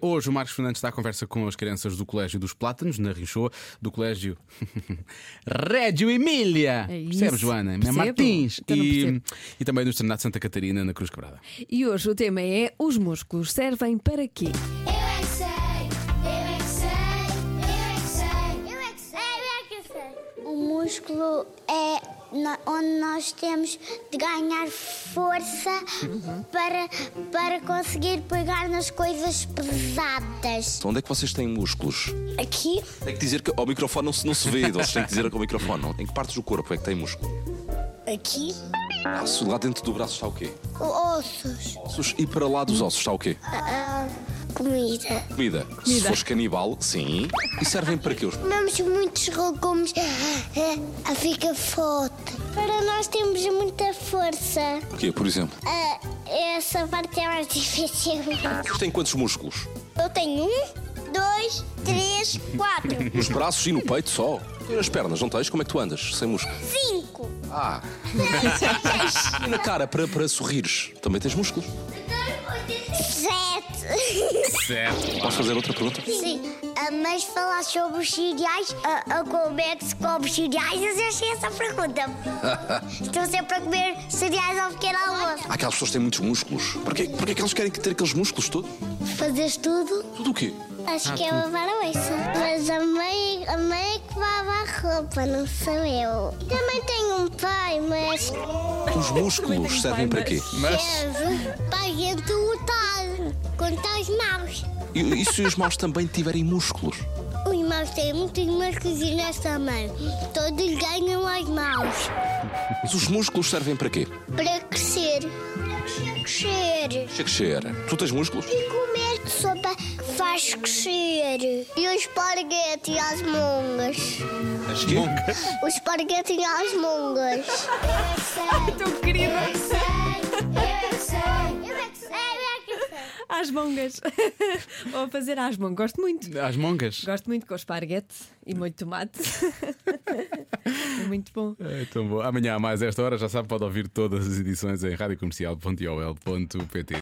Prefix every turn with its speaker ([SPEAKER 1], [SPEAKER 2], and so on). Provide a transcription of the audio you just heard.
[SPEAKER 1] Hoje o Marcos Fernandes está à conversa com as crianças do Colégio dos Plátanos, na Rinchoa, do Colégio Régio Emília.
[SPEAKER 2] É isso.
[SPEAKER 1] Percebes, Joana?
[SPEAKER 2] Percebo.
[SPEAKER 1] Martins.
[SPEAKER 2] Eu não
[SPEAKER 1] E,
[SPEAKER 2] percebo.
[SPEAKER 1] e também do Estrenado de Santa Catarina, na Cruz Quebrada.
[SPEAKER 2] E hoje o tema é: os músculos servem para quê?
[SPEAKER 3] Eu é que sei, eu é que sei, eu é que sei, eu é que sei, eu é que sei, eu é que sei. O músculo é na- onde nós temos de ganhar força para, para conseguir pegar nas coisas pesadas.
[SPEAKER 4] Onde é que vocês têm músculos?
[SPEAKER 3] Aqui,
[SPEAKER 4] Tem que dizer que ao microfone não se, não se vê, vocês têm que dizer ao microfone, não. Em que partes do corpo é que tem músculo?
[SPEAKER 3] aqui,
[SPEAKER 4] Braço, lá dentro do braço está o quê?
[SPEAKER 3] ossos, ah,
[SPEAKER 4] Ossos e para lá dos ossos está o quê?
[SPEAKER 3] comida.
[SPEAKER 4] Comida. Se fores canibal, sim. E servem para quê os
[SPEAKER 3] Comemos muitos legumes, ah, fica forte. Para nós temos muita força.
[SPEAKER 4] Porquê, por exemplo?
[SPEAKER 3] Ah, essa parte é mais difícil.
[SPEAKER 4] Vocês têm quantos músculos?
[SPEAKER 3] Eu tenho um, dois, três, quatro,
[SPEAKER 4] Nos braços e no peito só? E nas pernas, não tens? Como é que tu andas sem músculo?
[SPEAKER 3] cinco,
[SPEAKER 4] Ah,
[SPEAKER 3] seis,
[SPEAKER 4] e na cara, para, para sorrires, também tens músculos?
[SPEAKER 3] sete.
[SPEAKER 1] Certo.
[SPEAKER 4] Posso fazer outra pergunta?
[SPEAKER 3] Sim, ah, mas falar sobre os cereais, ah, ah, como é que se come os cereais, eu achei essa pergunta. Estou sempre a comer cereais ao pequeno almoço.
[SPEAKER 4] Há aquelas pessoas que têm muitos músculos. Porquê, porquê é que eles querem ter aqueles músculos todos?
[SPEAKER 3] Fazes tudo?
[SPEAKER 4] Tudo o quê?
[SPEAKER 3] Acho que é lavar a louça. Mas a mãe, a mãe é que lava a roupa, não sou eu. Também tenho um pai, mas
[SPEAKER 4] Os músculos servem para quê?
[SPEAKER 3] serve para a gente lutar contra os maus.
[SPEAKER 4] E, e se os maus também tiverem músculos?
[SPEAKER 3] Os maus têm muitos músculos e nós também. Todos ganham aos maus.
[SPEAKER 4] Mas os músculos servem para quê?
[SPEAKER 3] Para crescer. Para crescer.
[SPEAKER 4] Crescer. Tu tens músculos?
[SPEAKER 3] E comer sopa que faz crescer. E o esparguete e as mongas.
[SPEAKER 4] Acho que
[SPEAKER 3] O esparguete e as mongas. é
[SPEAKER 2] Tão querida!
[SPEAKER 3] é
[SPEAKER 2] Às mongas. Vou fazer às mongas. Gosto muito.
[SPEAKER 1] Às mongas.
[SPEAKER 2] Gosto muito com esparguete e molho de tomate. é muito bom.
[SPEAKER 1] É, tão bom. Amanhã, a mais esta hora, já sabe, pode ouvir todas as edições em radiocomercial.ol.pt.